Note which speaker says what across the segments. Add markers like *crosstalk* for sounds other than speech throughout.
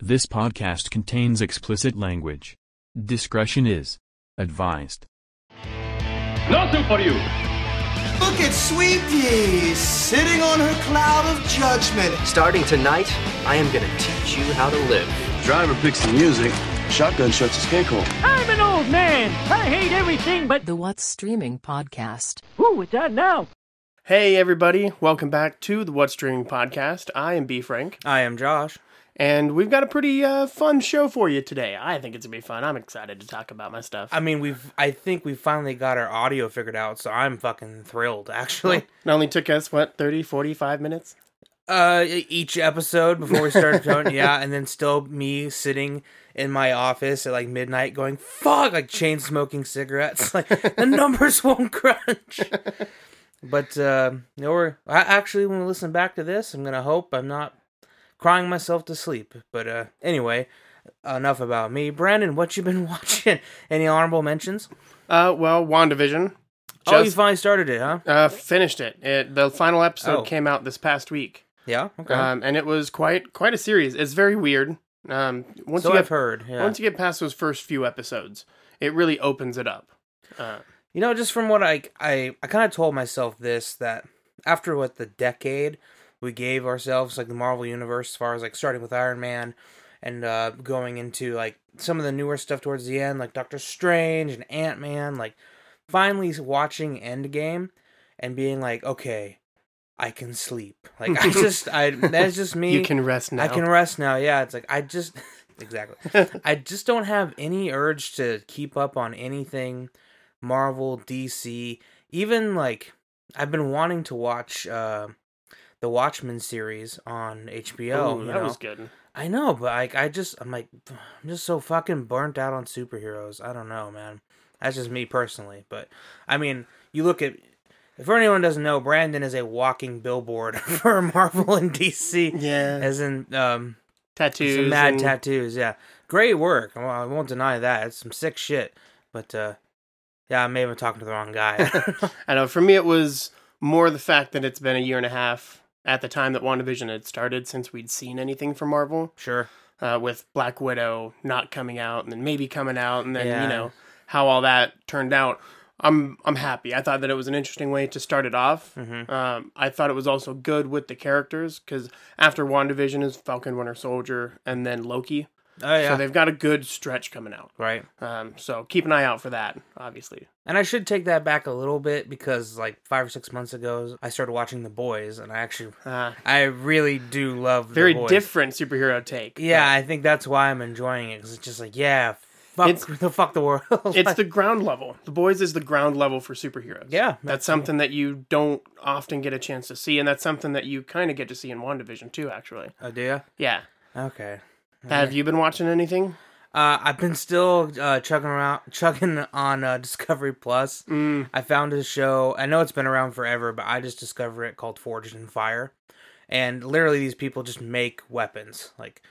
Speaker 1: This podcast contains explicit language. Discretion is advised.
Speaker 2: Nothing for you.
Speaker 3: Look at Sweet Pea sitting on her cloud of judgment.
Speaker 4: Starting tonight, I am going to teach you how to live.
Speaker 5: Driver picks the music. Shotgun shuts his cake hole.
Speaker 6: I'm an old man. I hate everything but
Speaker 7: The What's Streaming Podcast.
Speaker 6: ooh, it's on now.
Speaker 8: Hey, everybody, welcome back to the What Streaming Podcast. I am B Frank,
Speaker 9: I am Josh.
Speaker 8: and we've got a pretty uh, fun show for you today. I think it's gonna be fun. I'm excited to talk about my stuff.
Speaker 9: I mean, we've I think we finally got our audio figured out, so I'm fucking thrilled *laughs* actually.
Speaker 8: it only took us, what, 30, 45 minutes?
Speaker 9: Uh e- each episode before we started *laughs* showing, yeah, and then still me sitting in my office at like midnight going, "Fuck," like chain smoking cigarettes, like *laughs* the numbers won't crunch. But uh you know, we're, I actually when we listen back to this, I'm going to hope I'm not crying myself to sleep. But uh anyway, enough about me. Brandon, what you been *laughs* watching? Any honorable mentions?
Speaker 8: Uh, well, WandaVision.
Speaker 9: oh, you
Speaker 8: Just-
Speaker 9: finally started it, huh?
Speaker 8: Uh, finished it. it. The final episode
Speaker 9: Oh.
Speaker 8: came out this past week,
Speaker 9: Yeah. Okay.
Speaker 8: um, and it was quite quite a series. It's very weird. Um, once
Speaker 9: so
Speaker 8: you get,
Speaker 9: I've heard. Yeah.
Speaker 8: Once
Speaker 9: you,
Speaker 8: you get past those first few episodes, it really opens it up.
Speaker 9: know, just from what I I, I kind of told myself this that after what the decade we gave ourselves like the Marvel universe as far as like starting with Iron Man and uh going into like some of the newer stuff towards the end like Doctor Strange and Ant-Man like finally watching Endgame and being like okay I can sleep. Like *laughs* I just I that's just me.
Speaker 8: You can rest now.
Speaker 9: I can rest now. Yeah, it's like I
Speaker 8: *laughs*
Speaker 9: just exactly. I just don't have any urge to keep up on anything Marvel, DC, even like I've been wanting to watch uh the Watchmen series on HBO.
Speaker 8: Ooh,
Speaker 9: you
Speaker 8: that
Speaker 9: know?
Speaker 8: was good.
Speaker 9: I know, but like I just I'm like *sighs* I'm just so fucking burnt out on superheroes. I don't know, man. That's just me personally, but I mean, you look at if anyone doesn't know, Brandon is a walking billboard *laughs* for Marvel and DC.
Speaker 8: Yeah.
Speaker 9: As in um
Speaker 8: Tattoos.
Speaker 9: some mad
Speaker 8: and-
Speaker 9: tattoos, yeah. Great work. Well, I won't deny that. It's some sick shit. But uh yeah, I may have been talking to the wrong guy.
Speaker 8: *laughs* I know. For me, it was more the fact that it's been a year and a half at the time that WandaVision had started since we'd seen anything from Marvel,
Speaker 9: sure.
Speaker 8: uh, with Black Widow not coming out and then maybe coming out, and then
Speaker 9: Yeah.
Speaker 8: you know how all that turned out. I'm I'm happy. I thought that it was an interesting way to start it off.
Speaker 9: Mm-hmm.
Speaker 8: Um, I thought it was also good with the characters because after WandaVision is Falcon Winter Soldier and then Loki,
Speaker 9: Oh yeah.
Speaker 8: so they've got a good stretch coming out.
Speaker 9: right.
Speaker 8: Um, so keep an eye out for that, obviously.
Speaker 9: And I should take that back a little bit because like five or six months ago I started watching The Boys and I actually
Speaker 8: Uh,
Speaker 9: I really do love The
Speaker 8: very
Speaker 9: Boys.
Speaker 8: different superhero take.
Speaker 9: Yeah, I think that's why I'm enjoying it because it's just like yeah, fuck
Speaker 8: It's-
Speaker 9: *laughs* the fuck the world. *laughs*
Speaker 8: it's the ground level. The boys is the ground level for superheroes.
Speaker 9: Yeah,
Speaker 8: that's something that you don't often get a chance to see, and that's something that you kind of get to see in WandaVision too, actually.
Speaker 9: oh, do ya?
Speaker 8: Yeah.
Speaker 9: Okay.
Speaker 8: Have you been watching anything?
Speaker 9: Uh, I've been still uh, chugging around, *laughs* chugging on uh, Discovery Plus. Mm. I found a show. I know it's been around forever, but I just discovered it called Forged in Fire, and literally these people just make weapons. Like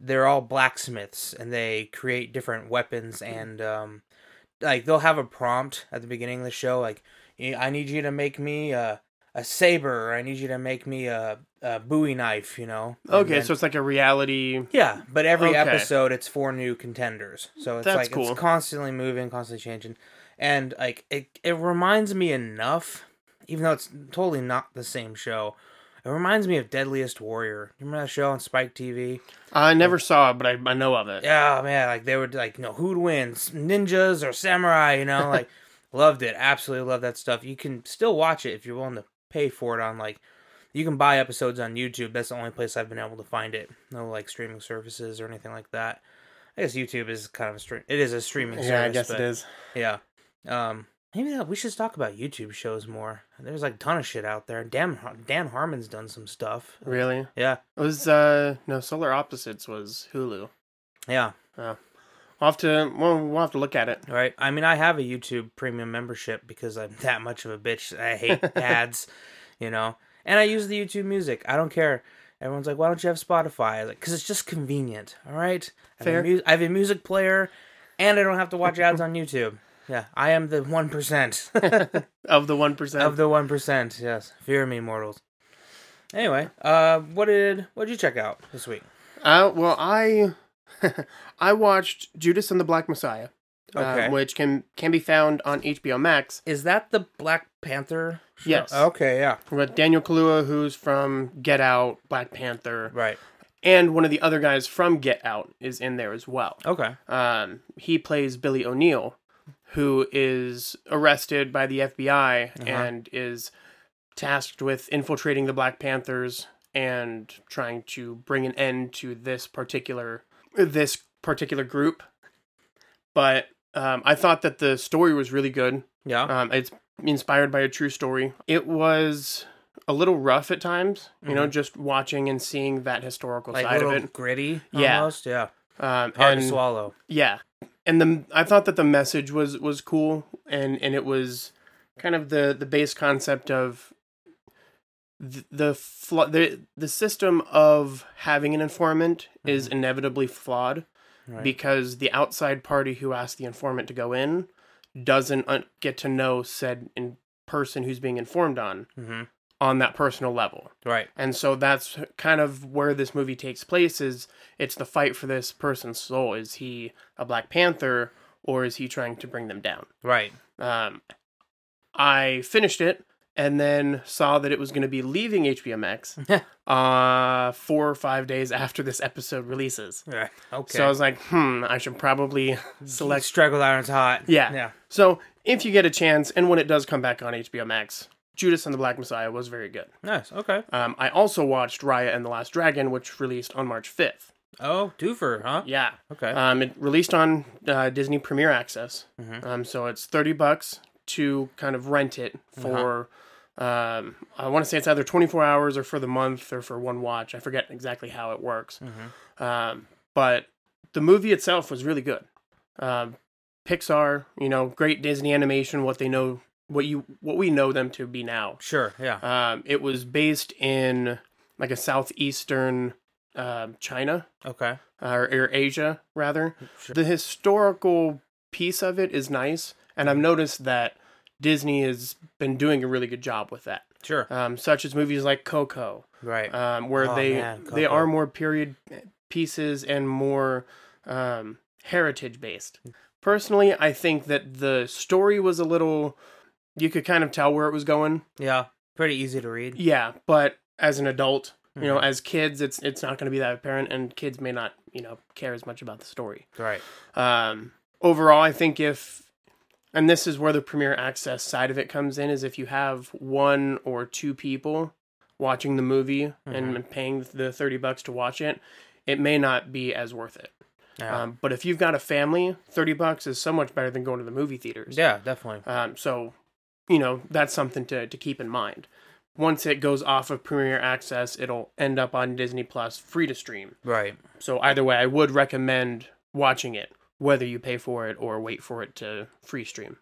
Speaker 9: they're all blacksmiths, and they create different weapons and um, like they'll have a prompt at the beginning of the show like "I- i need you to make me a, a saber or i need you to make me a, a bowie knife you know And
Speaker 8: Okay,
Speaker 9: then-
Speaker 8: so it's like a reality.
Speaker 9: yeah but every
Speaker 8: Okay.
Speaker 9: episode it's four new contenders so it's
Speaker 8: That's
Speaker 9: like
Speaker 8: cool.
Speaker 9: it's constantly moving constantly changing and like it, it reminds me enough even though it's totally not the same show it reminds me of deadliest warrior you remember that show on spike tv
Speaker 8: I never saw it, but I, I know of it.
Speaker 9: yeah, man, like they were like, you know, who'd win, s- ninjas or samurai? You
Speaker 8: *laughs*
Speaker 9: know, like loved it, absolutely loved that stuff. You can still watch it if you're willing to pay for it on like, you can buy episodes on YouTube. That's the only place I've been able to find it. No like streaming services or anything like that. I guess YouTube is kind of a stream. It is a streaming service.
Speaker 8: Yeah, I guess it
Speaker 9: but-
Speaker 8: is.
Speaker 9: Yeah. Um, maybe that we should talk about YouTube shows more. There's like a ton of shit out there. Dan Dan Harmon's done some stuff.
Speaker 8: Really?
Speaker 9: Yeah,
Speaker 8: It was uh no Solar Opposites was Hulu.
Speaker 9: yeah.
Speaker 8: I'll have to well we'll have to look at it.
Speaker 9: Right. I mean, I have a YouTube premium membership because I'm *laughs* that much of a bitch. I hate *laughs* ads, you know. And I use the YouTube music. I don't care. Everyone's like, why don't you have Spotify? I was like, because it's just convenient. All right. I
Speaker 8: Fair.
Speaker 9: have, a mu- I have a music player and I don't have to watch ads on YouTube. Yeah. I am the *laughs* 1%
Speaker 8: Of the one percent.
Speaker 9: of the 1%. Yes. Fear me, mortals. Anyway, uh, what did what did you check out this week?
Speaker 8: Uh, well, I *laughs* I watched Judas and the Black Messiah, uh,
Speaker 9: Okay.
Speaker 8: which can can be found on HBO Max.
Speaker 9: Is that the Black Panther? show?
Speaker 8: Yes.
Speaker 9: Okay, yeah.
Speaker 8: With Daniel Kaluuya, who's from Get Out, Black Panther,
Speaker 9: Right.
Speaker 8: and one of the other guys from Get Out is in there as well.
Speaker 9: Okay.
Speaker 8: Um, he plays Billy O'Neill, who is arrested by the FBI and is tasked with infiltrating the Black Panthers and trying to bring an end to this particular this particular group. But um, I thought that the story was really good.
Speaker 9: Yeah.
Speaker 8: Um, it's inspired by a true story. It was a little rough at times, you know, just watching and seeing that historical
Speaker 9: Mm-hmm. like
Speaker 8: side
Speaker 9: little
Speaker 8: of it.
Speaker 9: gritty
Speaker 8: Yeah.
Speaker 9: almost. Yeah.
Speaker 8: Um,
Speaker 9: Hard to
Speaker 8: and-
Speaker 9: swallow.
Speaker 8: yeah, and the I thought that the message was was cool, and and it was kind of the the base concept of the the flaw the the system of having an informant is inevitably flawed because the outside party who asked the informant to go in doesn't un- get to know said in person who's being informed on
Speaker 9: Mhm.
Speaker 8: on that personal level
Speaker 9: Right.
Speaker 8: and so that's kind of where this movie takes place is it's the fight for this person's soul is he a black panther or is he trying to bring them down
Speaker 9: *laughs* Right.
Speaker 8: um, i finished it and then saw that it was going to be leaving hbo max *laughs*
Speaker 9: Mm-hmm.
Speaker 8: uh, four or five days after this episode releases
Speaker 9: Right. Okay.
Speaker 8: so i was like hmm i should probably select
Speaker 9: Struggle Iron's hot.
Speaker 8: yeah.
Speaker 9: Yeah.
Speaker 8: so if you get a chance and when it does come back on hbo max judas and the black messiah was very good
Speaker 9: Nice. Okay.
Speaker 8: um, I also watched Raya and the Last Dragon, which released on March 5th.
Speaker 9: Oh, Doofer, huh?
Speaker 8: Yeah.
Speaker 9: Okay.
Speaker 8: Um, it released on uh, Disney Premier Access. Um, so it's 30 bucks to kind of rent it for, um, I want to say it's either 24 hours or for the month or for one watch. I forget exactly how it works. Um, but the movie itself was really good. Um, Pixar, you know, great Disney animation, what they know, what you, what we know them to be now.
Speaker 9: Sure. Yeah.
Speaker 8: Um, it was based in like a southeastern um China
Speaker 9: okay.
Speaker 8: or, or Asia, rather. The historical piece of it is nice, and I've noticed that Disney has been doing a really good job with that.
Speaker 9: Sure.
Speaker 8: Um, such as movies like Coco,
Speaker 9: right.
Speaker 8: um, where
Speaker 9: Oh,
Speaker 8: they
Speaker 9: man,
Speaker 8: they
Speaker 9: Coco.
Speaker 8: are more period pieces and more um, heritage based. Personally, I think that the story was a little. You could kind of tell where it was going.
Speaker 9: yeah. Pretty easy to read.
Speaker 8: Yeah, but as an adult, you know, as kids, it's it's not going to be that apparent, and kids may not, you know, care as much about the story.
Speaker 9: Right.
Speaker 8: Um, overall, I think if, and this is where the premiere access side of it comes in, is if you have one or two people watching the movie and paying the thirty bucks to watch it, it may not be as worth it.
Speaker 9: Yeah.
Speaker 8: Um, but if you've got a family, thirty bucks is so much better than going to the movie theaters.
Speaker 9: yeah, definitely.
Speaker 8: Um, so, you know, that's something to, to keep in mind. Once it goes off of Premier Access, it'll end up on Disney Plus free to stream.
Speaker 9: Right.
Speaker 8: So, either way, I would recommend watching it, whether you pay for it or wait for it to free stream.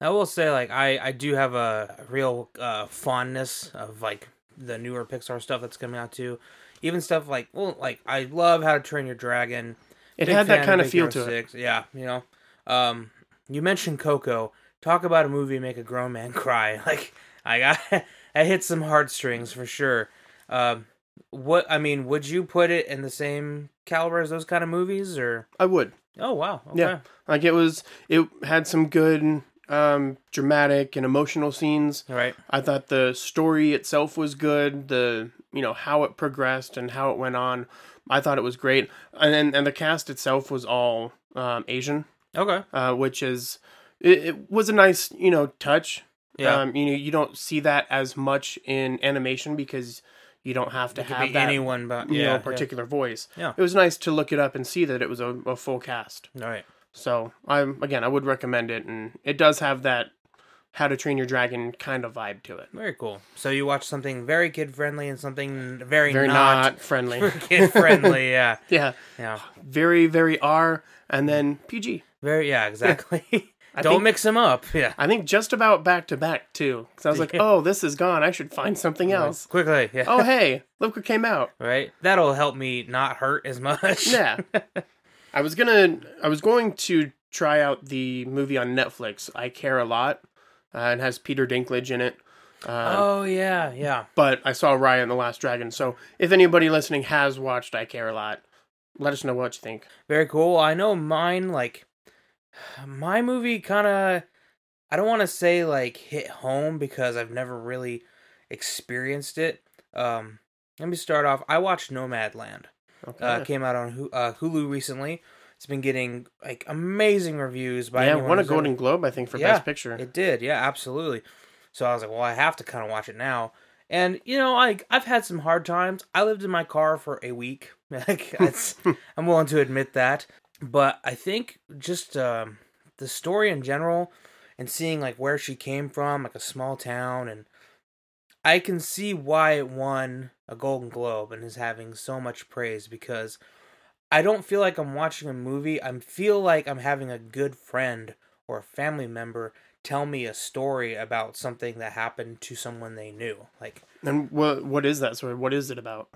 Speaker 9: I will say, like, I I do have a real uh, fondness of like the newer Pixar stuff that's coming out too. Even stuff like, well, like I love How to Train Your Dragon.
Speaker 8: It
Speaker 9: Big
Speaker 8: had that
Speaker 9: fan
Speaker 8: kind of
Speaker 9: Big
Speaker 8: feel
Speaker 9: Hero
Speaker 8: to it.
Speaker 9: 6. Yeah, you know. Um, you mentioned Coco. Talk about a movie make a grown man *laughs* cry. Like I got, *laughs* I hit some heartstrings for sure. Um, what I mean, would you put it in the same caliber as those kind of movies? Or
Speaker 8: I would.
Speaker 9: oh wow, okay.
Speaker 8: Yeah. Like it was, it had some good um, dramatic and emotional scenes.
Speaker 9: right,
Speaker 8: I thought the story itself was good. The you know how it progressed and how it went on, I thought it was great. And and, and the cast itself was all um, Asian,
Speaker 9: okay,
Speaker 8: uh, which is it, it was a nice you know touch.
Speaker 9: yeah.
Speaker 8: Um, you know you don't see that as much in animation because you don't have to
Speaker 9: it could
Speaker 8: have
Speaker 9: be
Speaker 8: that
Speaker 9: anyone, but
Speaker 8: you
Speaker 9: yeah,
Speaker 8: know particular voice.
Speaker 9: Yeah.
Speaker 8: It was nice to look it up and see that it was a, a full cast.
Speaker 9: Yeah. All right.
Speaker 8: So I'm again I would recommend it, and it does have that How to Train Your Dragon kind of vibe to it.
Speaker 9: Very cool. So you watch something very kid friendly and something very,
Speaker 8: Very
Speaker 9: not,
Speaker 8: not, friendly.
Speaker 9: *laughs* kid
Speaker 8: *laughs*
Speaker 9: friendly. Yeah.
Speaker 8: yeah.
Speaker 9: Yeah.
Speaker 8: Very, very R and then PG.
Speaker 9: Very. Yeah. Exactly. *laughs* Don't
Speaker 8: think-
Speaker 9: 'em mix them up. Yeah.
Speaker 8: I think just about back to back too. Because I was like, oh, this is gone. I should find something else.
Speaker 9: Quickly. Yeah.
Speaker 8: oh, hey, look what came out.
Speaker 9: *laughs* Right. That'll help me not hurt as much.
Speaker 8: Yeah. I was gonna. I was going to try out the movie on Netflix. I care a lot. Uh, it has Peter Dinklage in it.
Speaker 9: *laughs*
Speaker 8: Um,
Speaker 9: Oh yeah. Yeah.
Speaker 8: But I saw Raya and the Last Dragon. So if anybody listening has watched I Care a Lot, Let us know what you think.
Speaker 9: Very cool. I know mine, like, *sighs* my movie kind of, I don't want to say like hit home because I've never really experienced it. Um, let me start off. I watched Nomadland.
Speaker 8: Okay.
Speaker 9: Uh, came out on Hu- uh, Hulu recently. It's been getting like amazing reviews by
Speaker 8: yeah,
Speaker 9: anyone
Speaker 8: won a
Speaker 9: who's ever-
Speaker 8: Golden Globe, I think, for
Speaker 9: Yeah,
Speaker 8: Best Picture.
Speaker 9: It did, yeah, absolutely. So I was like, well, I have to kind of watch it now. And you know, I I've had some hard times. I lived in my car for a week. *laughs* Like
Speaker 8: *laughs*
Speaker 9: that's, I'm willing to admit that. But I think just um, the story in general, and seeing like where she came from, like a small town, and I can see why it won a Golden Globe and is having so much praise because I don't feel like I'm watching a movie. I feel like I'm having a good friend or a family member tell me a story about something that happened to someone they knew. Like
Speaker 8: and what what is that story? What is it about?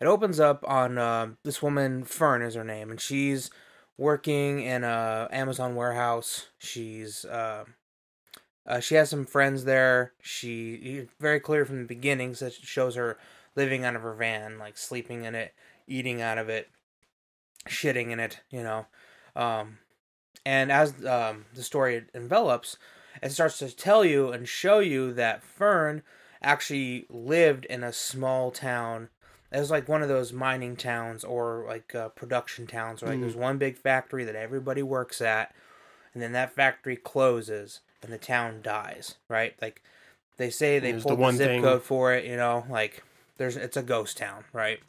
Speaker 9: it opens up on uh, this woman Fern is her name, and she's working in a Amazon warehouse. She's uh, uh, she has some friends there. She very clear from the beginning that shows her living out of her van, like sleeping in it, eating out of it, shitting in it, you know. Um, and as um, the story envelops, it starts to tell you and show you that Fern actually lived in a small town. It was like one of those mining towns or like uh, production towns, where like
Speaker 8: Mm.
Speaker 9: there's one big factory that everybody works at, and then that factory closes and the town dies. Right? Like they say they
Speaker 8: There's the
Speaker 9: pulled the,
Speaker 8: one
Speaker 9: zip
Speaker 8: thing.
Speaker 9: code for it. You know, like there's it's a ghost town, right?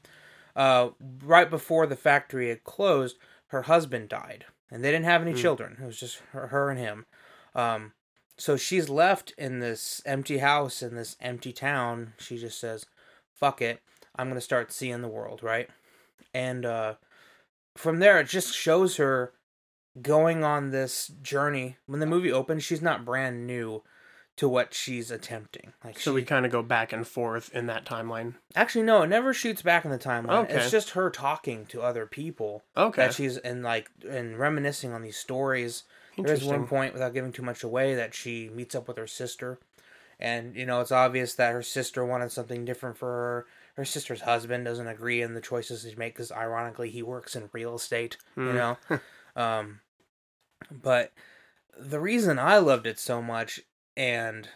Speaker 9: uh, right before the factory had closed, her husband died, and they didn't have
Speaker 8: Mm.
Speaker 9: any children. It was just her, her and him. Um, so she's left in this empty house in this empty town. She just says, "Fuck it, I'm gonna start seeing the world." Right, and uh, from there, it just shows her going on this journey. When the movie opens, she's not brand new to what she's attempting. Like
Speaker 8: So
Speaker 9: she,
Speaker 8: we kind of go back and forth in that timeline.
Speaker 9: Actually, no, it never shoots back in the timeline.
Speaker 8: Okay.
Speaker 9: It's just her talking to other people.
Speaker 8: Okay.
Speaker 9: That she's and like and reminiscing on these stories. There is one
Speaker 8: Interesting.
Speaker 9: point without giving too much away that she meets up with her sister, and you know it's obvious that her sister wanted something different for her. Her sister's husband doesn't agree in the choices she makes because, ironically, he works in real estate. You
Speaker 8: Hmm. *laughs*
Speaker 9: know, um, but the reason I loved it so much, and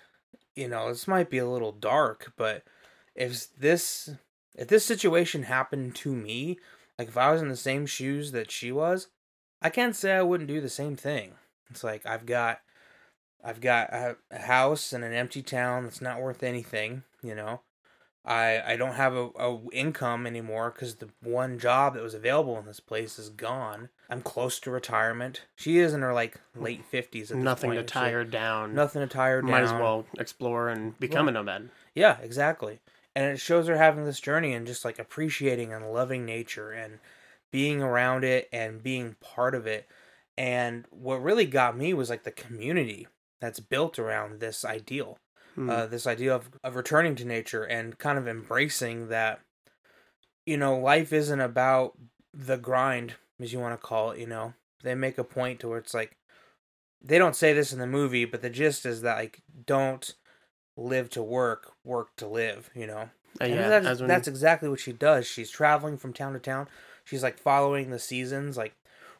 Speaker 9: you know, this might be a little dark, but if this if this situation happened to me, like if I was in the same shoes that she was, I can't say I wouldn't do the same thing. It's like I've got I've got a a house in an empty town that's not worth anything, you know. I I don't have a, a income anymore because the one job that was available in this place is gone. I'm close to retirement. She is in her like late fifties.
Speaker 8: Hmm. Nothing to
Speaker 9: point.
Speaker 8: tie her
Speaker 9: She-
Speaker 8: down.
Speaker 9: Nothing to tie her down.
Speaker 8: Might as well explore and become a nomad.
Speaker 9: Yeah, exactly. And it shows her having this journey and just like appreciating and loving nature and being around it and being part of it. And what really got me was like the community that's built around this ideal, uh, this idea of, of returning to nature and kind of embracing that, you know, life isn't about the grind, as you want to call it, you know. They make a point to where it's like, they don't say this in the movie, but the gist is that like, don't live to work, work to live, you know?
Speaker 8: Uh,
Speaker 9: And
Speaker 8: yeah,
Speaker 9: that's,
Speaker 8: as when-
Speaker 9: that's exactly what she does. She's traveling from town to town. She's like following the seasons. Like,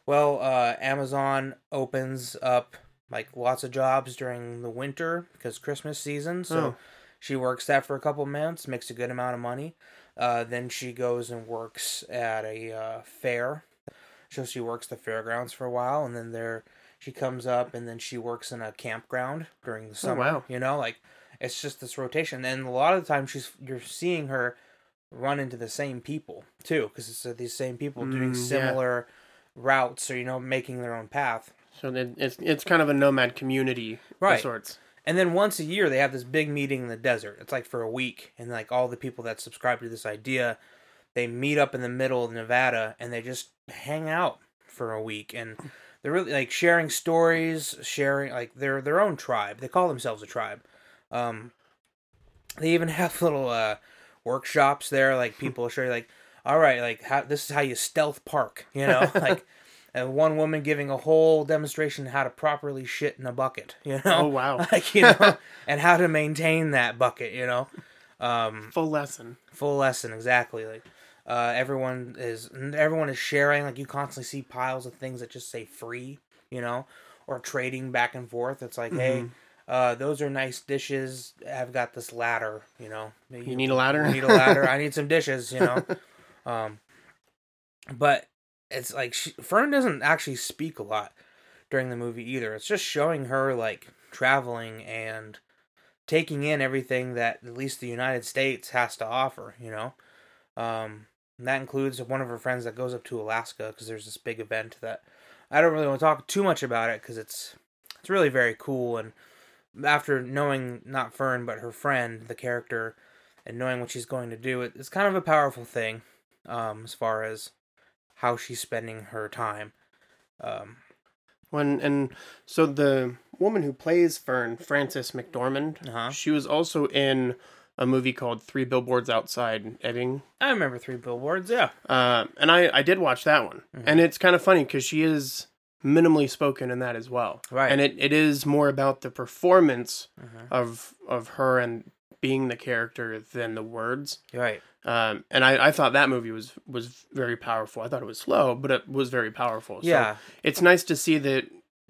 Speaker 9: well, uh, Amazon opens up like lots of jobs during the winter because Christmas season. So
Speaker 8: Oh.
Speaker 9: she works that for a couple months, makes a good amount of money. Uh, then she goes and works at a uh, fair. So she works the fairgrounds for a while, and then there she comes up, and then she works in a campground during the summer.
Speaker 8: Oh, wow.
Speaker 9: You know, like it's just this rotation, and a lot of the time she's you're seeing her run into the same people too, because it's uh, these same people doing
Speaker 8: Mm, yeah.
Speaker 9: similar routes, or you know, making their own path.
Speaker 8: So it, it's it's kind of a nomad community
Speaker 9: Right.
Speaker 8: of sorts.
Speaker 9: And then once a year, they have this big meeting in the desert. It's like for a week, and like all the people that subscribe to this idea, they meet up in the middle of Nevada and they just hang out for a week. And they're really like sharing stories, sharing like their their own tribe. They call themselves a tribe. Um, they even *laughs* have little uh, workshops there. Like people show you like, all right, like how this is how you stealth park.
Speaker 8: *laughs*
Speaker 9: You know, like. And one woman giving a whole demonstration how to properly shit in a bucket, you know?
Speaker 8: Oh, wow.
Speaker 9: *laughs* like
Speaker 8: *laughs*
Speaker 9: you know and how to maintain that bucket you know
Speaker 8: Full lesson.
Speaker 9: full lesson exactly like Uh, everyone is everyone is sharing. Like you constantly see piles of things that just say free, you know, or trading back and forth. It's like,
Speaker 8: Mm-hmm.
Speaker 9: hey, uh, those are nice dishes. I've got this ladder, you know.
Speaker 8: You need a ladder?
Speaker 9: I need a
Speaker 8: *laughs*
Speaker 9: ladder. I need some dishes, you know. Um, but it's like she, Fern doesn't actually speak a lot during the movie either. It's just showing her like traveling and taking in everything that at least the United States has to offer, you know. Um, and that includes one of her friends that goes up to Alaska because there's this big event that I don't really want to talk too much about it because it's it's really very cool and after knowing not Fern but her friend, the character, and knowing what she's going to do, it, it's kind of a powerful thing um, as far as how she's spending her time. Um,
Speaker 8: When and so the woman who plays Fern, Frances McDormand,
Speaker 9: Uh-huh.
Speaker 8: she was also in a movie called Three Billboards Outside Ebbing,
Speaker 9: I remember Three Billboards. Yeah,
Speaker 8: uh, and I I did watch that one,
Speaker 9: Mm-hmm.
Speaker 8: and it's kind of funny because she is minimally spoken in that as well,
Speaker 9: Right. Mm-hmm.
Speaker 8: And it, it is more about the performance of of her and being the character than the words.
Speaker 9: you're right.
Speaker 8: Um, and I, I thought that movie was was very powerful. I thought it was slow, but it was very powerful.
Speaker 9: Yeah.
Speaker 8: it's nice to see that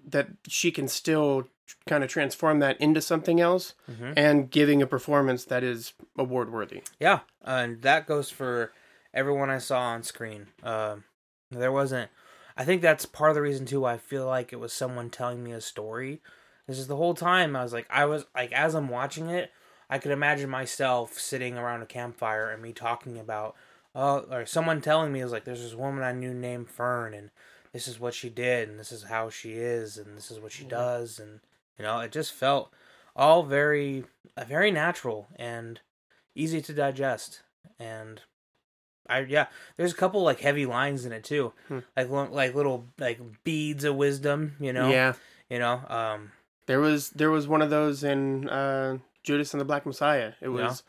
Speaker 8: that she can still kind of transform that into something else
Speaker 9: Mm-hmm.
Speaker 8: and giving a performance that is award worthy.
Speaker 9: Yeah, and that goes for everyone I saw on screen. Um there wasn't. I think that's part of the reason too. Why I feel like it was someone telling me a story. This is the whole time I was like, I was like, as I'm watching it, I could imagine myself sitting around a campfire and me talking about, uh, or someone telling me is like, there's this woman I knew named Fern, and this is what she did, and this is how she is, and this is what she does, and you know, it just felt all very, uh, very natural and easy to digest and i yeah there's a couple like heavy lines in it too like lo- like little like beads of wisdom you know
Speaker 8: Yeah,
Speaker 9: you know um
Speaker 8: there was there was one of those in uh, Judas and the Black Messiah. It
Speaker 9: Yeah.
Speaker 8: was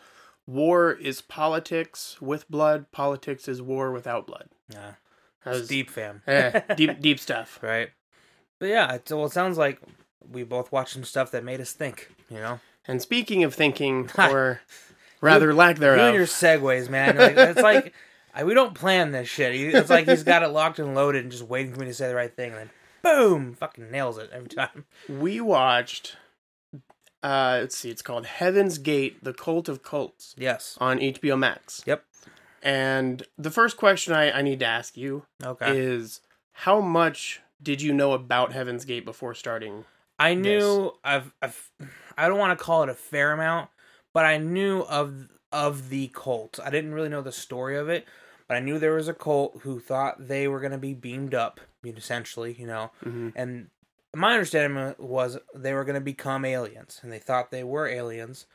Speaker 8: war is politics with blood, politics is war without blood.
Speaker 9: yeah
Speaker 8: That
Speaker 9: it's
Speaker 8: was-
Speaker 9: deep fam
Speaker 8: Eh,
Speaker 9: *laughs*
Speaker 8: deep deep stuff.
Speaker 9: right but yeah it, well it sounds like we both watched some stuff that made us think you know
Speaker 8: And speaking of
Speaker 9: *laughs*
Speaker 8: thinking, or rather lack
Speaker 9: you and
Speaker 8: thereof,
Speaker 9: your segues man like, it's like I, we don't plan this shit He- it's like he's got it locked and loaded and just waiting for me to say the right thing and then boom fucking nails it every time
Speaker 8: we watched. Uh, let's see, it's called Heaven's Gate: The Cult of Cults
Speaker 9: yes
Speaker 8: on HBO Max.
Speaker 9: yep
Speaker 8: And the first question I, I need to ask you
Speaker 9: okay
Speaker 8: is, how much did you know about Heaven's Gate before starting?
Speaker 9: I knew I've, I've I don't want to call it a fair amount, but I knew of of the cult. I didn't really know the story of it, but I knew there was a cult who thought they were going to be beamed up, I mean, essentially, you know. And my understanding was they were going to become aliens, and they thought they were aliens,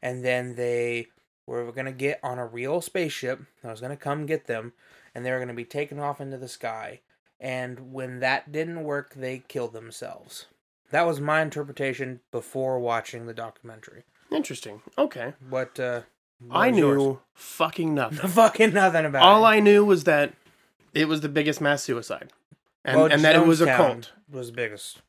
Speaker 9: and then they were going to get on a real spaceship that was going to come get them, and they were going to be taken off into the sky. And when that didn't work, they killed themselves. That was my interpretation before watching the documentary.
Speaker 8: Interesting. Okay,
Speaker 9: But uh, what
Speaker 8: I
Speaker 9: was
Speaker 8: knew
Speaker 9: *laughs* yours?
Speaker 8: fucking
Speaker 9: *laughs*
Speaker 8: nothing.
Speaker 9: fucking nothing about
Speaker 8: All
Speaker 9: it.
Speaker 8: I knew was that it was the biggest mass suicide, and
Speaker 9: Well,
Speaker 8: and that it was a
Speaker 9: Jonestown
Speaker 8: cult.
Speaker 9: Was the biggest.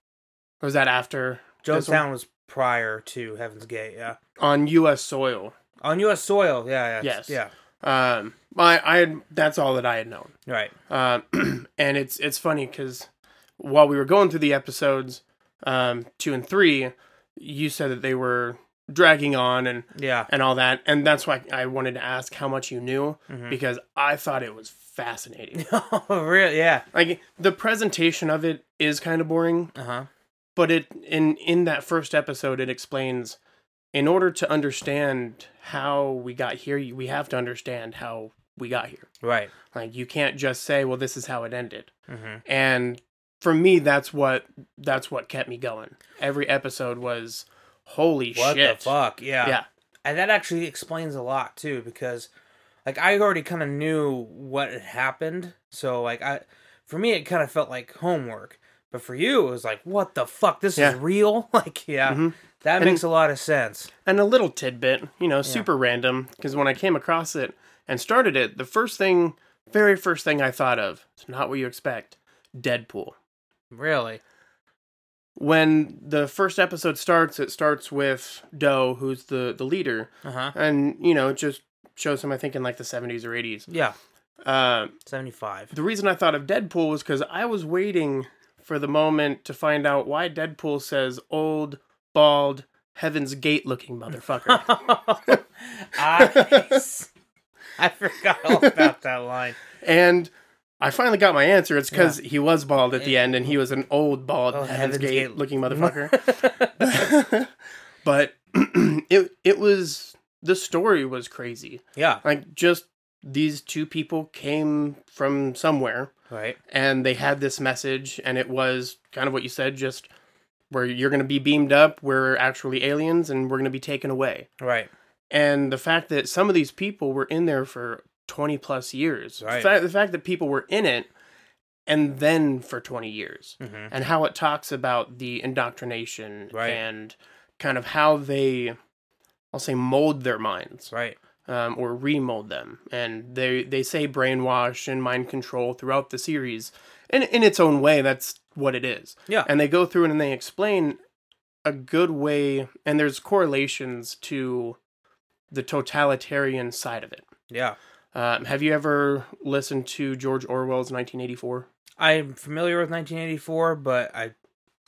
Speaker 8: Was that after this one?
Speaker 9: Jonestown was prior to Heaven's Gate. Yeah,
Speaker 8: on U.S. soil?
Speaker 9: on U.S. soil. Yeah. yeah
Speaker 8: Yes.
Speaker 9: it's- Yeah.
Speaker 8: Um, I, I had, that's all that I had known.
Speaker 9: Right. *laughs*
Speaker 8: Um, *clears throat* and it's it's funny because while we were going through the episodes, um, two and three, you said that they were dragging on and
Speaker 9: Yeah.
Speaker 8: and all that, and that's why I wanted to ask how much you knew because I thought it was fascinating. *laughs*
Speaker 9: oh, really? Yeah.
Speaker 8: like the presentation of it is kind of boring,
Speaker 9: Uh huh.
Speaker 8: but it in in that first episode it explains in order to understand how we got here, you- we have to understand how we got here.
Speaker 9: Right.
Speaker 8: Like you can't just say, "Well, this is how it ended."
Speaker 9: Mm-hmm.
Speaker 8: And for me, that's what that's what kept me going. Every episode was, "Holy
Speaker 9: What
Speaker 8: shit!"
Speaker 9: the fuck? Yeah.
Speaker 8: Yeah.
Speaker 9: And that actually explains a lot too, because like I already kind of knew what had happened, so like I, for me, it kind of felt like homework. But for you, it was like, what the fuck? This
Speaker 8: Yeah. Mm-hmm.
Speaker 9: is real. *laughs* Like, yeah, that makes a lot of sense.
Speaker 8: And a little tidbit, you know, super random, because when I came across it and started it, the first thing, very first thing I thought of, it's not what you expect, Deadpool.
Speaker 9: Really?
Speaker 8: When the first episode starts, it starts with Doe, who's the the leader,
Speaker 9: Uh huh.
Speaker 8: and you know, it just shows him I think in like the 70s or 80s.
Speaker 9: Yeah.
Speaker 8: Uh, *laughs*
Speaker 9: 75.
Speaker 8: the reason I thought of Deadpool was because I was waiting for the moment to find out why Deadpool says old, bald, Heaven's Gate looking *laughs* motherfucker. *laughs*
Speaker 9: Eyes. I forgot all about that line.
Speaker 8: and I finally got my answer. It's because he was bald at the end and he was an old, bald,
Speaker 9: Oh,
Speaker 8: Heaven's,
Speaker 9: Heaven's
Speaker 8: Gate, *laughs*
Speaker 9: Gate.
Speaker 8: looking motherfucker. but *clears throat* it, it was, the story was crazy.
Speaker 9: *laughs* Yeah.
Speaker 8: Like, just these two people came from somewhere.
Speaker 9: Right.
Speaker 8: and they had this message and it was kind of what you said just where you're going to be beamed up we're actually aliens and we're going to be taken away
Speaker 9: Right.
Speaker 8: and the fact that some of these people were in there for 20 plus years
Speaker 9: Right.
Speaker 8: the, fact, the fact that people were in it and then for 20 years
Speaker 9: Mhm.
Speaker 8: and how it talks about the indoctrination
Speaker 9: Right.
Speaker 8: and kind of how they i'll say mold their minds
Speaker 9: Right.
Speaker 8: um, or remold them. And they they say brainwash and mind control throughout the series, and in its own way, that's what it is.
Speaker 9: Yeah.
Speaker 8: And they go through it and they explain a good way, and there's correlations to the totalitarian side of it.
Speaker 9: Yeah.
Speaker 8: Um, have you ever listened to George Orwell's 1984?
Speaker 9: I'm familiar with 1984, but I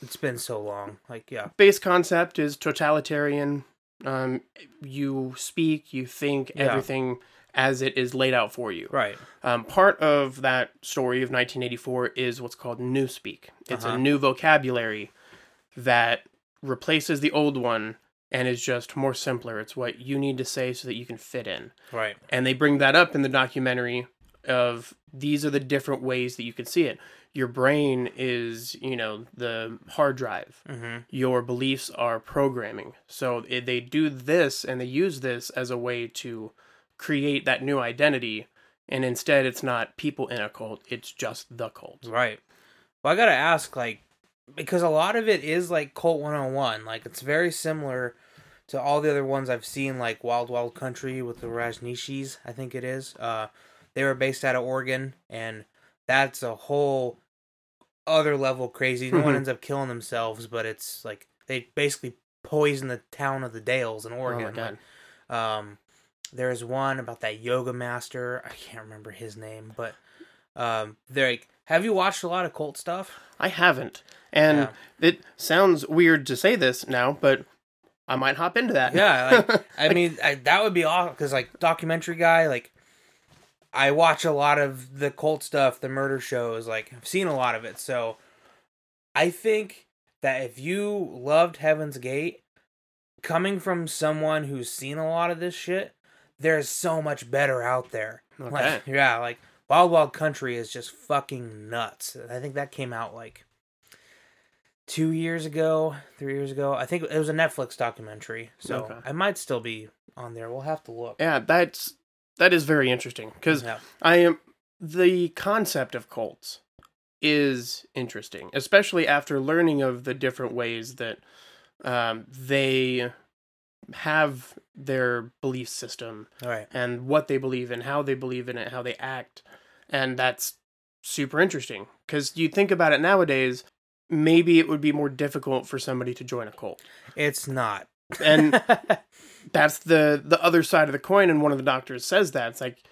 Speaker 9: it's been so long. Like, yeah.
Speaker 8: base concept is totalitarian. Um, you speak, you think
Speaker 9: Yeah.
Speaker 8: everything as it is laid out for you.
Speaker 9: Right.
Speaker 8: Um, part of that story of 1984 is what's called new speak. It's
Speaker 9: Uh-huh.
Speaker 8: a new vocabulary that replaces the old one and is just more simpler. It's what you need to say so that you can fit in.
Speaker 9: Right.
Speaker 8: And they bring that up in the documentary of these are the different ways that you can see it. Your brain is, you know, the hard drive.
Speaker 9: Mhm.
Speaker 8: Your beliefs are programming. So i- they do this and they use this as a way to create that new identity. And instead, it's not people in a cult, it's just the cult.
Speaker 9: Right. Well, I gotta ask, like, because a lot of it is like Colt 101. Like, it's very similar to all the other ones I've seen, like Wild Wild Country with the Rajneeshis, I think it is. Uh, they were based out of Oregon, and that's a whole other level crazy. No one
Speaker 8: Mhm.
Speaker 9: ends up killing themselves, but it's like they basically poison the town of the Dales in
Speaker 8: Oh
Speaker 9: Oregon.
Speaker 8: my God.
Speaker 9: Like, um, there's one about that yoga master. I can't remember his name, but um, they're like, have you watched a lot of cult stuff?
Speaker 8: I haven't. And it sounds weird to say this now, but I might hop into that.
Speaker 9: Yeah,
Speaker 8: *laughs*
Speaker 9: like, I mean I, that would be awesome because like documentary guy, like I watch a lot of the cult stuff, the murder shows. Like I've seen a lot of it, so I think that if you loved Heaven's Gate, coming from someone who's seen a lot of this shit, there's so much better out there. Like,
Speaker 8: Okay.
Speaker 9: yeah, like Wild Wild Country is just fucking nuts. I think that came out like two years ago, three years ago. I think it was a Netflix documentary, so
Speaker 8: Okay.
Speaker 9: I might still be on there. We'll have to look.
Speaker 8: yeah that's that is very interesting because
Speaker 9: Yeah.
Speaker 8: i am the concept of cults is interesting especially after learning of the different ways that um, they have their belief system
Speaker 9: All right.
Speaker 8: and what they believe in how they believe in it how they act and that's super interesting because you think about it nowadays maybe it would be more difficult for somebody to join a cult
Speaker 9: It's not. *laughs*
Speaker 8: and that's the the other side of the coin and one of the doctors says that it's like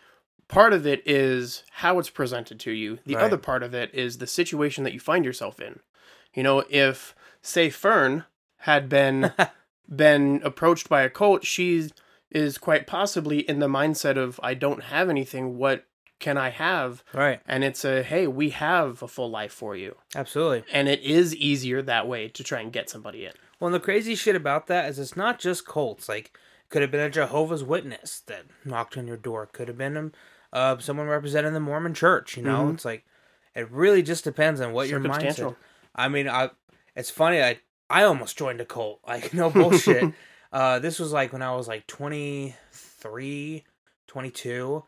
Speaker 8: part of it is how it's presented to you the
Speaker 9: Right.
Speaker 8: other part of it is the situation that you find yourself in you know if say fern had
Speaker 9: *laughs*
Speaker 8: been been approached by a cult she is quite possibly in the mindset of i don't have anything what can i have
Speaker 9: Right.
Speaker 8: and it's a hey we have a full life for you
Speaker 9: Absolutely.
Speaker 8: and it is easier that way to try and get somebody in
Speaker 9: Well, and the crazy shit about that is it's not just cults. Like, could have been a Jehovah's Witness that knocked on your door. Could have been um, uh, someone representing the Mormon Church. You know, it's like it really just depends on what your mindset.
Speaker 8: Circumstantial.
Speaker 9: I mean, I it's funny. I I almost joined a cult. *laughs* Like, no bullshit. uh, this was like when I was like 23, 22.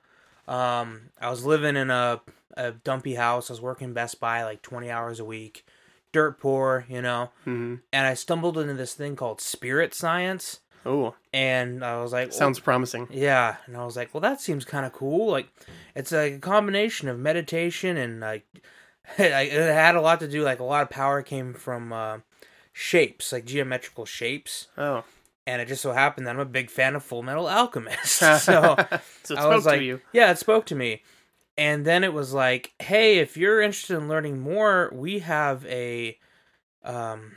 Speaker 9: Um, I was living in a a dumpy house. I was working Best Buy like twenty hours a week, dirt poor. You know and I stumbled into this thing called spirit science,
Speaker 8: oh
Speaker 9: and I was like,
Speaker 8: sounds promising
Speaker 9: yeah, and I was like, well, that seems kind of cool. Like, it's like a combination of meditation and like, *laughs* it had a lot to do. Like, a lot of power came from uh, shapes, like geometrical shapes,
Speaker 8: oh
Speaker 9: and it just so
Speaker 8: *laughs*
Speaker 9: happened that I'm a big fan of Full Metal Alchemist, *laughs* so
Speaker 8: so it
Speaker 9: I
Speaker 8: spoke
Speaker 9: was like,
Speaker 8: to you
Speaker 9: yeah, it spoke to me. And then it was like, hey, if you're interested in learning more, we have a um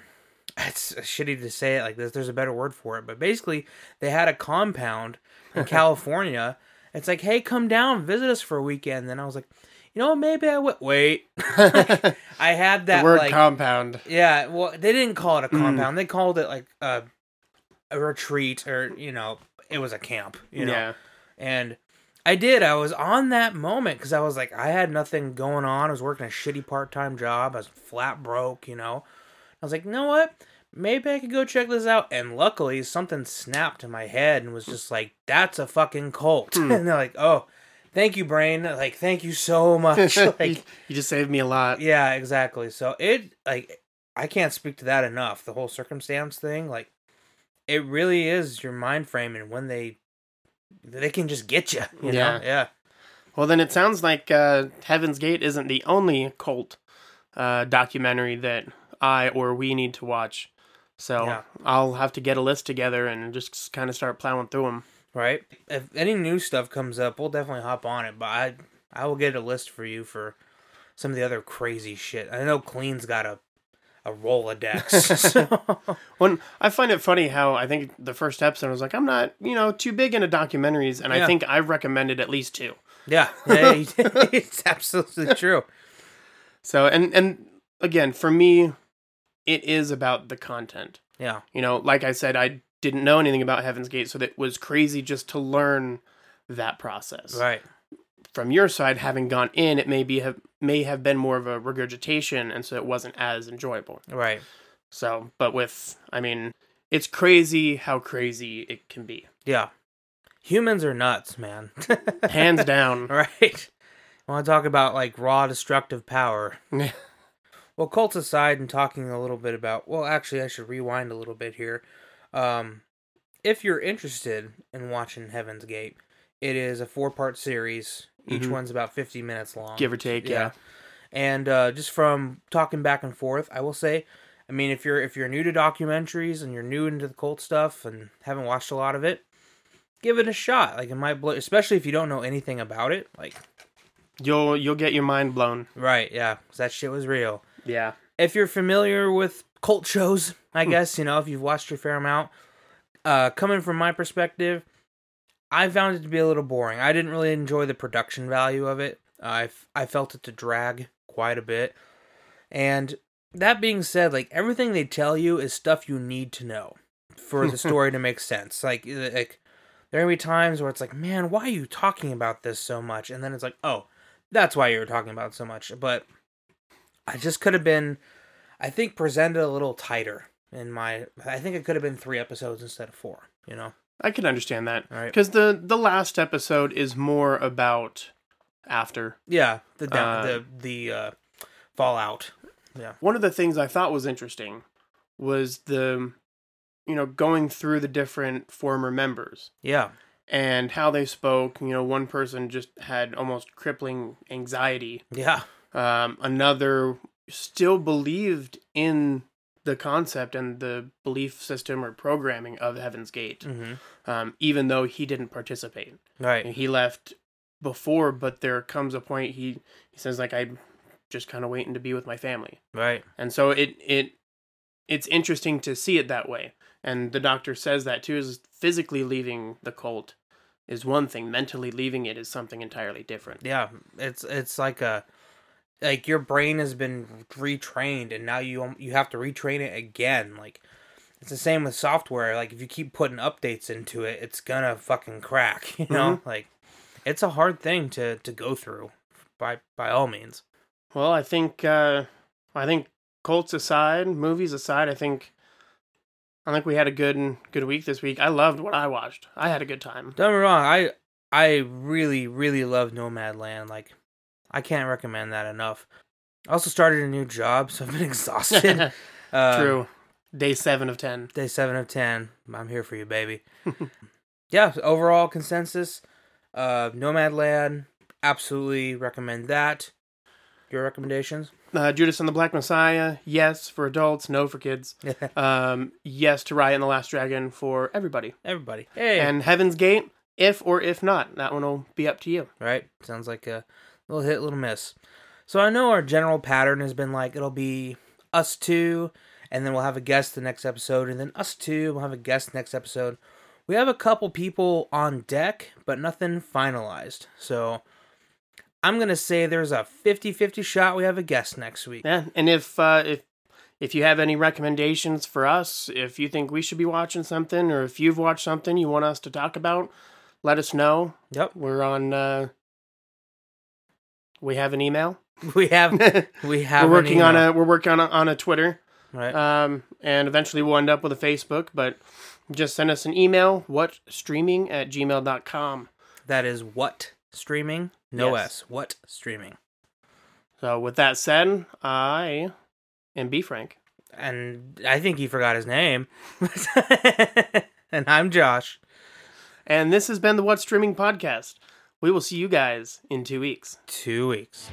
Speaker 9: it's shitty to say it like this. There's a better word for it, but basically they had a compound
Speaker 8: *laughs*
Speaker 9: in California. It's like, hey, come down, visit us for a weekend. Then I was like, you know, maybe I would wait. *laughs* I had that
Speaker 8: the word
Speaker 9: like,
Speaker 8: compound.
Speaker 9: yeah, well, they didn't call it a compound. They called it like a a retreat or, you know, it was a camp, you know.
Speaker 8: Yeah.
Speaker 9: And I did. I was on that moment cuz I was like I had nothing going on. I was working a shitty part-time job. I was flat broke, you know. I was like, "You know what? Maybe I could go check this out." And luckily, something snapped in my head and was just like, "That's a fucking cult." *laughs* and they're like, "Oh, thank you, brain. Like, thank you
Speaker 8: *laughs*
Speaker 9: so much." *laughs*
Speaker 8: you,
Speaker 9: like
Speaker 8: you just saved me a lot.
Speaker 9: yeah, exactly. So it like I can't speak to that enough. The whole circumstance thing, like it really is your mind frame and when they they can just get you. you
Speaker 8: Yeah.
Speaker 9: know? yeah.
Speaker 8: Well, then it sounds like uh, Heaven's Gate isn't the only cult uh, documentary that I or we need to watch. So
Speaker 9: Yeah.
Speaker 8: I'll have to get a list together and just kind of start plowing through them.
Speaker 9: Right. If any new stuff comes up, we'll definitely hop on it. But I I will get a list for you for some of the other crazy shit. I know Clean's got a a Rolodex. *laughs* so.
Speaker 8: When I find it funny how I think the first episode I was like, I'm not, you know, too big into documentaries, and I
Speaker 9: Yeah.
Speaker 8: think I recommended at least two.
Speaker 9: yeah, yeah, you- *laughs* it's absolutely true.
Speaker 8: So and and again, for me, it is about the content.
Speaker 9: Yeah,
Speaker 8: You know, like I said, I didn't know anything about Heaven's Gate, so it was crazy just to learn that process.
Speaker 9: right.
Speaker 8: From your side, having gone in, it may be have may have been more of a regurgitation, and so it wasn't as enjoyable.
Speaker 9: Right.
Speaker 8: So, but with, I mean, it's crazy how crazy it can
Speaker 9: *laughs*
Speaker 8: be,
Speaker 9: Yeah. Humans are nuts, man. *laughs*
Speaker 8: hands down.
Speaker 9: right. Want to talk about like raw destructive power. Well, cults aside, and talking a little bit about, well, actually, I should rewind a little bit here. Um, if you're interested in watching Heaven's Gate, it is a four part series. Each one's about 50 minutes long.
Speaker 8: Mm-hmm. Give or take, yeah.
Speaker 9: And uh, just from talking back and forth, I will say, I mean, if you're if you're new to documentaries and you're new into the cult stuff and haven't watched a lot of it, give it a shot. Like it might blow, especially if you don't know anything about it. Like,
Speaker 8: You'll you'll get your mind blown.
Speaker 9: right? Yeah, 'cause that shit was real
Speaker 8: Yeah.
Speaker 9: if you're familiar with cult shows, I guess, you know, if you've watched your fair amount, uh, coming from my perspective, I found it to be a little boring. I didn't really enjoy the production value of it. I f- I felt it to drag quite a bit. And that being said, like everything they tell you is stuff you need to know for the story to make sense. Like like there are gonna be times where it's like, man, why are you talking about this so much? And then it's like, oh, that's why you were talking about it so much. But I just could have been, I think, presented a little tighter in my. I think it could have been three episodes instead of four. You know.
Speaker 8: I can understand that
Speaker 9: Right.
Speaker 8: because the the last episode is more about after.
Speaker 9: Yeah. The down,
Speaker 8: Uh,
Speaker 9: the the uh, fallout.
Speaker 8: One of the things I thought was interesting was the you know going through the different former members
Speaker 9: Yeah.
Speaker 8: and how they spoke. You know, one person just had almost crippling anxiety.
Speaker 9: Yeah.
Speaker 8: Um, another still believed in the concept and the belief system or programming of Heaven's Gate,
Speaker 9: Mhm.
Speaker 8: um, even though he didn't participate.
Speaker 9: Right.
Speaker 8: he left before but there comes a point he he says like i'm just kind of waiting to be with my family
Speaker 9: Right.
Speaker 8: and so it it it's interesting to see it that way and the doctor says that too is physically leaving the cult is one thing mentally leaving it is something entirely different
Speaker 9: Yeah. It's it's like a like your brain has been retrained and now you um, you have to retrain it again. Like it's the same with software. Like if you keep putting updates into it, it's gonna fucking crack. *laughs* You know. Like it's a hard thing to to go through. By by all means.
Speaker 8: well i think uh i think cults aside movies aside i think i think we had a good good week this week i loved what i watched i had a good time
Speaker 9: Don't get me wrong, I I really really love Nomadland. Like, I can't recommend that enough. I also started a new job, so I've been *laughs* exhausted. Um,
Speaker 8: true day seven of ten
Speaker 9: Day seven of ten. I'm here for you, baby. yeah. so Overall consensus, uh, Nomadland. Absolutely recommend that. Your recommendations?
Speaker 8: Uh, Judas and the Black Messiah, yes for adults, no for kids. um, yes to Riot and the Last Dragon for everybody.
Speaker 9: Everybody. Hey.
Speaker 8: And Heaven's Gate, if or if not, that one will be up to you.
Speaker 9: right. Sounds like a little hit, little miss. So I know our general pattern has been like it'll be us two, and then we'll have a guest the next episode, and then us two, we'll have a guest next episode. We have a couple people on deck, but nothing finalized. So I'm gonna say there's a 50-50 shot we have a guest next week.
Speaker 8: Yeah, and if uh, if if you have any recommendations for us, if you think we should be watching something, or if you've watched something you want us to talk about, let us know.
Speaker 9: Yep. *laughs*
Speaker 8: We're on. Uh, we have an email.
Speaker 9: We
Speaker 8: *laughs*
Speaker 9: have we have
Speaker 8: we're
Speaker 9: an
Speaker 8: working on
Speaker 9: email,
Speaker 8: a we're working on a, on a Twitter,
Speaker 9: right.
Speaker 8: um, and eventually we'll end up with a Facebook. But just send us an email. What streaming at gmail.com.
Speaker 9: that is what streaming. No
Speaker 8: Yes.
Speaker 9: S. What streaming.
Speaker 8: So with that said, I am B Frank.
Speaker 9: And I think he forgot his name. *laughs* and I'm Josh.
Speaker 8: And this has been the What Streaming Podcast. We will see you guys in two weeks.
Speaker 9: Two weeks.